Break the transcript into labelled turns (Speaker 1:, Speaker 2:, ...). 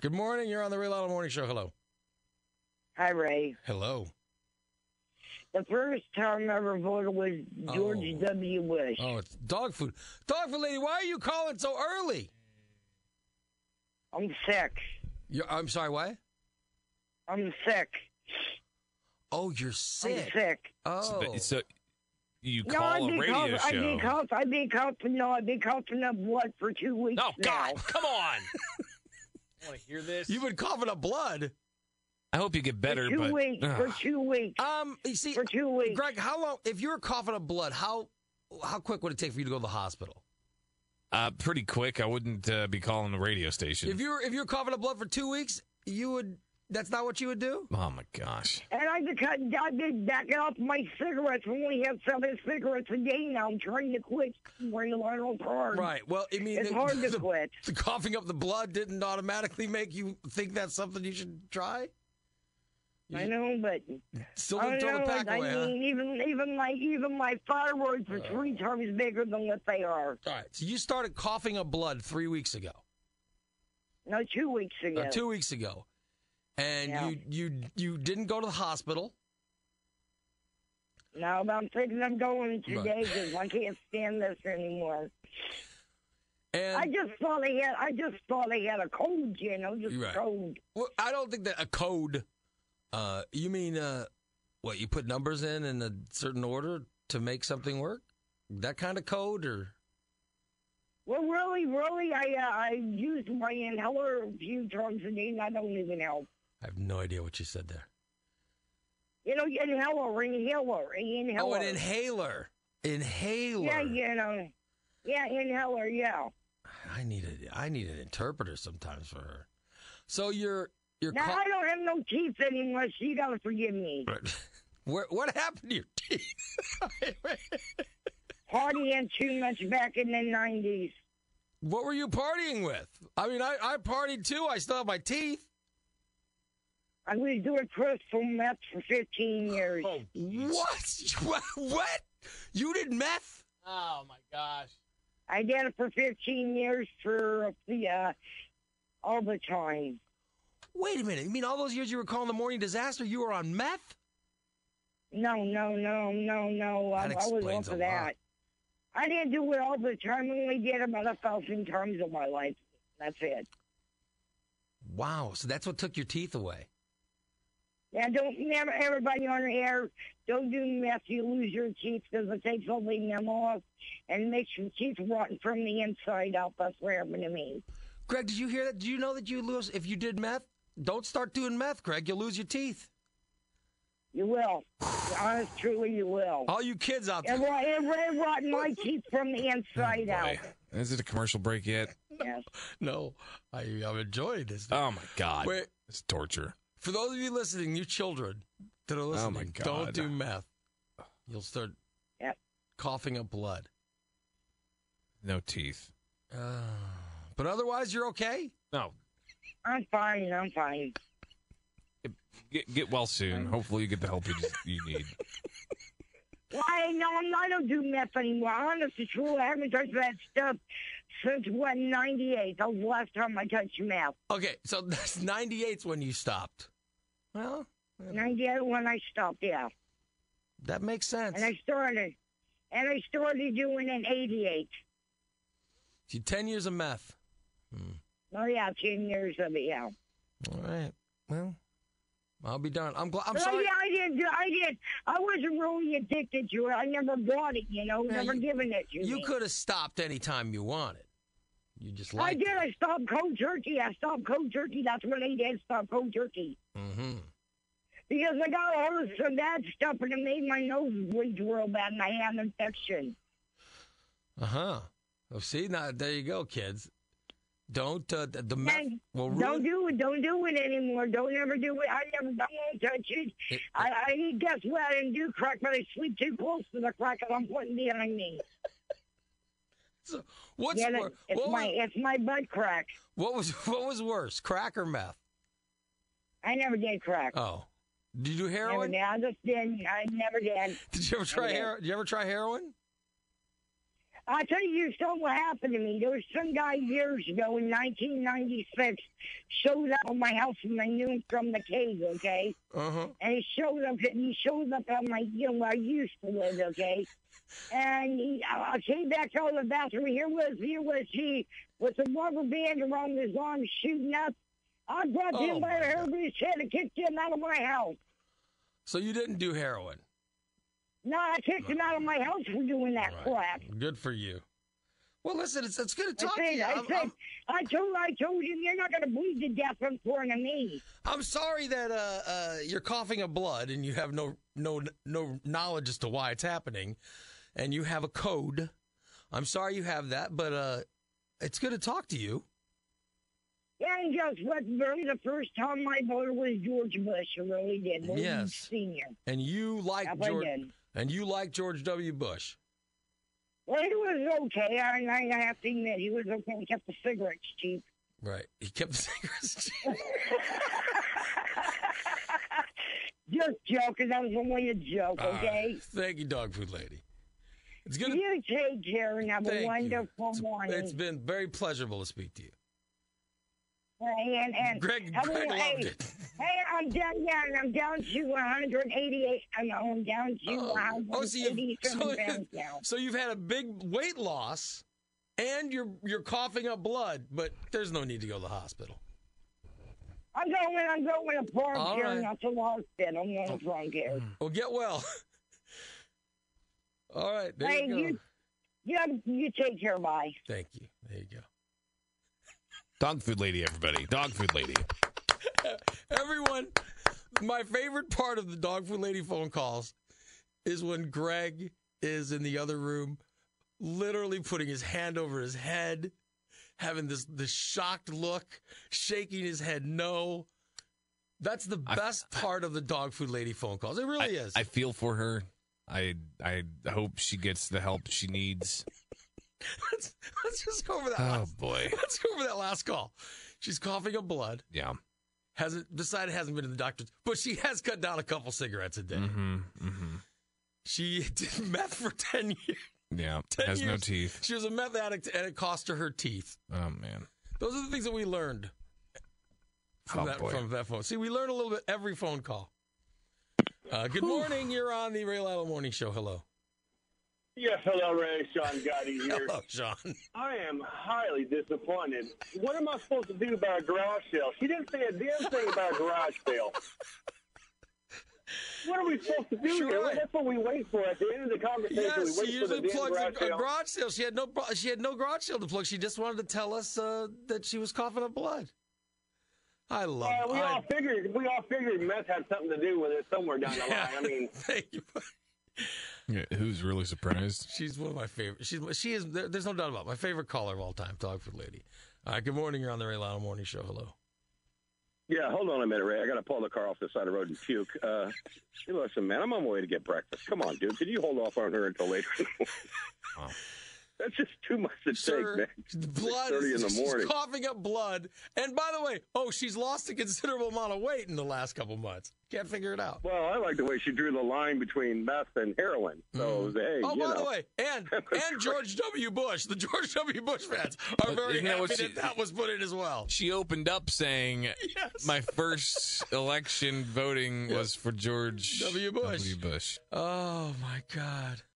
Speaker 1: Good morning. You're on the Ray Lotto Morning Show. Hello.
Speaker 2: Hi, Ray.
Speaker 1: Hello.
Speaker 2: The first time I ever voted was George
Speaker 1: Oh.
Speaker 2: W. Bush.
Speaker 1: Oh, it's dog food. Dog food lady, why are you calling so early?
Speaker 2: I'm sick.
Speaker 1: You're, I'm sorry, what?
Speaker 2: I'm sick.
Speaker 1: Oh, you're
Speaker 2: I'm
Speaker 1: sick.
Speaker 2: sick.
Speaker 3: So,
Speaker 1: Oh.
Speaker 3: the- so you
Speaker 2: no, I've
Speaker 3: call a
Speaker 2: been
Speaker 3: radio
Speaker 2: coughing. I've
Speaker 3: show.
Speaker 2: been coughing. I've been coughing. No, I've been coughing up blood for two weeks.
Speaker 3: oh God,
Speaker 2: now.
Speaker 3: come on! I want to hear this.
Speaker 1: You've been coughing up blood.
Speaker 3: I hope you get better,
Speaker 2: For two
Speaker 3: but
Speaker 2: weeks.
Speaker 3: Ugh.
Speaker 2: For two weeks.
Speaker 1: Um, you see,
Speaker 2: For two weeks.
Speaker 1: Greg, how long? If you were coughing up blood, how how quick would it take for you to go to the hospital?
Speaker 3: uh, pretty quick. I wouldn't uh, be calling the radio station.
Speaker 1: If you were if you were coughing up blood for two weeks, you would. That's not what you would do.
Speaker 3: oh my gosh!
Speaker 2: And I've been cutting. I've been backing off my cigarettes. I only have seven cigarettes a day now. I'm trying to quit. I'm trying to learn on hard.
Speaker 1: Right. Well, I mean,
Speaker 2: It's
Speaker 1: the-
Speaker 2: hard to
Speaker 1: the-
Speaker 2: quit.
Speaker 1: the coughing up the blood didn't automatically make you think that's something you should try.
Speaker 2: I know, but
Speaker 1: Still
Speaker 2: I
Speaker 1: didn't
Speaker 2: know.
Speaker 1: throw the pack
Speaker 2: I
Speaker 1: away, huh?
Speaker 2: mean, even even my even my thyroids
Speaker 1: Uh.
Speaker 2: are three times bigger than what they are.
Speaker 1: All right. So you started coughing up blood three weeks ago,
Speaker 2: No, two weeks ago.
Speaker 1: or Uh, two weeks ago, and
Speaker 2: Yeah.
Speaker 1: you you you didn't go to the hospital.
Speaker 2: No, but I'm thinking I'm going
Speaker 1: Right.
Speaker 2: today because I can't stand this anymore.
Speaker 1: And
Speaker 2: I just thought I had. I just thought I had a cold, you know, just
Speaker 1: You're right.
Speaker 2: cold.
Speaker 1: Well, I don't think that a code. Uh, you mean uh, what? You put numbers in in a certain order to make something work? That kind of code, or
Speaker 2: Well, really, really, I uh, I used my inhaler a few times a day, and I don't even help.
Speaker 1: I have no idea what you said there.
Speaker 2: You know, inhaler, inhaler, inhaler.
Speaker 1: Oh, an inhaler, inhaler.
Speaker 2: Yeah, you know, yeah, inhaler, yeah.
Speaker 1: I need a I need an interpreter sometimes for her. So you're you're.
Speaker 2: Now
Speaker 1: ca-
Speaker 2: I don't have no teeth anymore, so you gotta forgive me.
Speaker 1: Where, what happened to your teeth?
Speaker 2: Partying too much back in the nineties.
Speaker 1: What were you partying with? I mean, I, I partied too. I still have my teeth.
Speaker 2: I was doing crystal meth for fifteen years.
Speaker 3: Oh,
Speaker 1: What? What? You did meth?
Speaker 3: Oh my gosh!
Speaker 2: I did it for 15 years for the uh, all the time.
Speaker 1: Wait a minute. You mean all those years you were calling the morning disaster, you were on meth?
Speaker 2: No, no, no, no, no. I,
Speaker 1: That
Speaker 2: I was
Speaker 1: explains
Speaker 2: off
Speaker 1: a
Speaker 2: of that. I didn't do it all the time. I only did about a thousand times in my life. That's it.
Speaker 1: Wow. So that's what took your teeth away.
Speaker 2: Now, don't never everybody on the air. Don't do meth. You lose your teeth because it takes all the them off and makes your teeth rotten from the inside out. That's what happened to me.
Speaker 1: Greg, did you hear that? Did you know that you lose if you did meth? Don't start doing meth, Greg. You'll lose your teeth.
Speaker 2: You will. Honest, truly, you will.
Speaker 1: All you kids out
Speaker 2: It,
Speaker 1: there.
Speaker 2: rot- it, it rotten my teeth from the inside out.
Speaker 3: Is it a commercial break yet?
Speaker 2: Yes.
Speaker 1: No, I, I'm enjoying this.
Speaker 3: Oh my God!
Speaker 1: Wait,
Speaker 3: It's torture.
Speaker 1: for those of you listening, you children that are listening,
Speaker 3: Oh, my
Speaker 1: don't
Speaker 3: God.
Speaker 1: do meth. You'll start
Speaker 2: Yep.
Speaker 1: coughing up blood.
Speaker 3: No teeth.
Speaker 1: Uh, but otherwise, you're okay.
Speaker 3: No.
Speaker 2: I'm fine. I'm fine.
Speaker 3: Get get well soon. Hopefully, you get the help you, just, you need.
Speaker 2: Why? No, I'm not. I don't do meth anymore. Honest to true, I haven't touched that stuff since what '98. That was the last time I touched meth.
Speaker 1: Okay, so that's 98's when you stopped. Well,
Speaker 2: '98 when I stopped. Yeah,
Speaker 1: that makes sense.
Speaker 2: and I started, and I started doing it in '88.
Speaker 1: So 10 years of meth.
Speaker 2: Oh yeah, ten years of it. Yeah.
Speaker 1: All right. Well, I'll be darned. I'm glad. I'm
Speaker 2: But
Speaker 1: sorry.
Speaker 2: Oh, yeah, I didn't. do- I did. I wasn't really addicted to it. I never bought it. You know,
Speaker 1: Yeah,
Speaker 2: never
Speaker 1: you-
Speaker 2: given it to
Speaker 1: You
Speaker 2: me.
Speaker 1: could have stopped any time you wanted. You just
Speaker 2: I
Speaker 1: like.
Speaker 2: did. I stopped cold turkey. I stopped cold turkey. That's what I did. Stop cold turkey.
Speaker 1: Mm-hmm.
Speaker 2: Because I got all this and that stuff and it made my nose bleed real bad and I had an infection.
Speaker 1: Uh huh. Oh, see now, there you go, kids. Don't uh, the, the meth
Speaker 2: And
Speaker 1: will ruin.
Speaker 2: Don't do it. Don't do it anymore. Don't ever do it. I never, I won't touch it.
Speaker 1: It-
Speaker 2: I, I guess what? I didn't do crack, but I sleep too close to the crack and I'm putting behind me.
Speaker 1: so what's
Speaker 2: Yeah,
Speaker 1: wor-
Speaker 2: it's
Speaker 1: what,
Speaker 2: my,
Speaker 1: was,
Speaker 2: it's my butt crack.
Speaker 1: what was what was worse, crack or meth?
Speaker 2: I never did crack.
Speaker 1: Oh, did you do
Speaker 2: never
Speaker 1: heroin?
Speaker 2: did. I just didn't. I never did.
Speaker 1: Did you ever try
Speaker 2: did.
Speaker 1: heroin? Did you ever try heroin?
Speaker 2: I tell you something what happened to me. There was some guy years ago in 1996 showed up at my house and I knew him from the cave, okay?
Speaker 1: Uh huh.
Speaker 2: And he showed up. He showed up at my, you know, where I used to live, okay? And he, I I came back out of the bathroom. Here was, here was he with a rubber band around his arm shooting up. I grabbed
Speaker 1: Oh,
Speaker 2: him by
Speaker 1: my
Speaker 2: the
Speaker 1: God.
Speaker 2: hair of his head and kicked him out of my house.
Speaker 1: So you didn't do heroin.
Speaker 2: No, I kicked him out of my house for doing that
Speaker 1: Right.
Speaker 2: crap.
Speaker 1: Good for you. Well, listen, it's, it's good to
Speaker 2: I
Speaker 1: talk to
Speaker 2: said,
Speaker 1: you.
Speaker 2: I
Speaker 1: I'm,
Speaker 2: said,
Speaker 1: I'm-
Speaker 2: I told, I told him, you're not going to bleed to death in front of me.
Speaker 1: I'm sorry that uh, uh, you're coughing up blood and you have no no no knowledge as to why it's happening, and you have a code. I'm sorry you have that, but uh, it's good to talk to you.
Speaker 2: And guess what? Really, the first time I voted was George Bush. I really did. Bush
Speaker 1: Yes.
Speaker 2: Senior.
Speaker 1: And you like
Speaker 2: Yep,
Speaker 1: George,
Speaker 2: I did.
Speaker 1: and you like George W. Bush.
Speaker 2: Well, he was okay. I, I I have to admit, he was okay. He kept the cigarettes cheap.
Speaker 1: Right. He kept the cigarettes.
Speaker 2: Just joking. That was only a joke,
Speaker 1: All right.
Speaker 2: okay?
Speaker 1: Thank you, dog food lady. It's good. To,
Speaker 2: You take care and have
Speaker 1: thank
Speaker 2: a
Speaker 1: you.
Speaker 2: wonderful
Speaker 1: It's-
Speaker 2: morning.
Speaker 1: it's been very pleasurable to speak to you.
Speaker 2: Hey, and, and
Speaker 1: Greg,
Speaker 2: I mean,
Speaker 1: Greg
Speaker 2: hey,
Speaker 1: loved it.
Speaker 2: Hey, I'm down. Yeah, and I'm down to 188. I'm, I'm down to
Speaker 1: Oh, oh, so you've-
Speaker 2: 187
Speaker 1: so-
Speaker 2: pounds now.
Speaker 1: So you've had a big weight loss, and you're you're coughing up blood, but there's no need to go to the hospital.
Speaker 2: I'm going. I'm going to park
Speaker 1: All
Speaker 2: here,
Speaker 1: right. Oh. Mm.
Speaker 2: not to hospital. I'm going to drunk here.
Speaker 1: Well, get well. All right, there
Speaker 2: Hey,
Speaker 1: you go.
Speaker 2: you- Yeah, you take care. Bye.
Speaker 1: Thank you. There you go.
Speaker 3: Dog food lady, everybody. Dog food lady.
Speaker 1: Everyone, my favorite part of the dog food lady phone calls is when Greg is in the other room, literally putting his hand over his head, having this this shocked look, shaking his head no. That's the
Speaker 3: I-
Speaker 1: best part of the dog food lady phone calls. It really
Speaker 3: I,
Speaker 1: is.
Speaker 3: I feel for her. I I hope she gets the help she needs.
Speaker 1: let's, let's just go over that.
Speaker 3: Oh
Speaker 1: last,
Speaker 3: boy.
Speaker 1: let's go over that last call. She's coughing up blood.
Speaker 3: Yeah.
Speaker 1: Hasn't decided hasn't been to the doctor's, but she has cut down a couple cigarettes a day.
Speaker 3: Mm-hmm. Mm-hmm.
Speaker 1: She did meth for ten years.
Speaker 3: Yeah.
Speaker 1: Ten
Speaker 3: Has no
Speaker 1: years.
Speaker 3: teeth.
Speaker 1: She was a meth addict, and it cost her her teeth.
Speaker 3: Oh man.
Speaker 1: Those are the things that we learned from,
Speaker 3: Oh,
Speaker 1: that,
Speaker 3: boy.
Speaker 1: from that phone. See, we learn a little bit every phone call. Uh, good morning. You're on the Ray Lila Morning Show. Hello.
Speaker 4: Yes, hello, Ray. Sean Gotti here.
Speaker 1: Hello, Sean.
Speaker 4: I am highly disappointed. What am I supposed to do about a garage sale? She didn't say a damn thing about a garage sale. What are we supposed to do
Speaker 1: Sure.
Speaker 4: here? Well, That's what we wait for at the end of the conversation.
Speaker 1: Yes,
Speaker 4: we wait
Speaker 1: she
Speaker 4: for the
Speaker 1: usually
Speaker 4: damn
Speaker 1: plugs
Speaker 4: garage
Speaker 1: a, a
Speaker 4: sale.
Speaker 1: garage sale. She had no pro- she had no garage sale to plug. She just wanted to tell us uh, that she was coughing up blood. I love.
Speaker 4: Yeah, Uh, we
Speaker 1: Oh, I-
Speaker 4: all figured we all figured meth had something to do with it somewhere down the
Speaker 1: Yeah.
Speaker 4: line. I mean,
Speaker 1: Thank you.
Speaker 3: Yeah, who's really surprised?
Speaker 1: She's one of my favorite. She's she is. There, there's no doubt about it. my favorite caller of all time, dog food lady. All right. Good morning. You're on the Ray Lionel Morning Show. Hello.
Speaker 4: yeah. Hold on a minute, Ray. I got to pull the car off the side of the road and puke. Uh, listen, man, I'm on my way to get breakfast. Come on, dude. Could you hold off on her until later?
Speaker 3: Wow.
Speaker 4: That's just too much to
Speaker 1: Sir, blood.
Speaker 4: 6:30 in the
Speaker 1: she's
Speaker 4: morning.
Speaker 1: coughing up blood. And by the way, oh, she's lost a considerable amount of weight in the last couple months. Can't figure it out.
Speaker 4: Well, I like the way she drew the line between meth and heroin. So hey,
Speaker 1: Oh,
Speaker 4: you
Speaker 1: by
Speaker 4: know,
Speaker 1: the way, and and George W. Bush, the George W. Bush fans are
Speaker 3: But
Speaker 1: very
Speaker 3: isn't that
Speaker 1: happy
Speaker 3: what
Speaker 1: that
Speaker 3: she-
Speaker 1: that was put in as well.
Speaker 3: She opened up saying
Speaker 1: Yes.
Speaker 3: my first election voting was for George
Speaker 1: W. Bush.
Speaker 3: W. Bush.
Speaker 1: oh my God.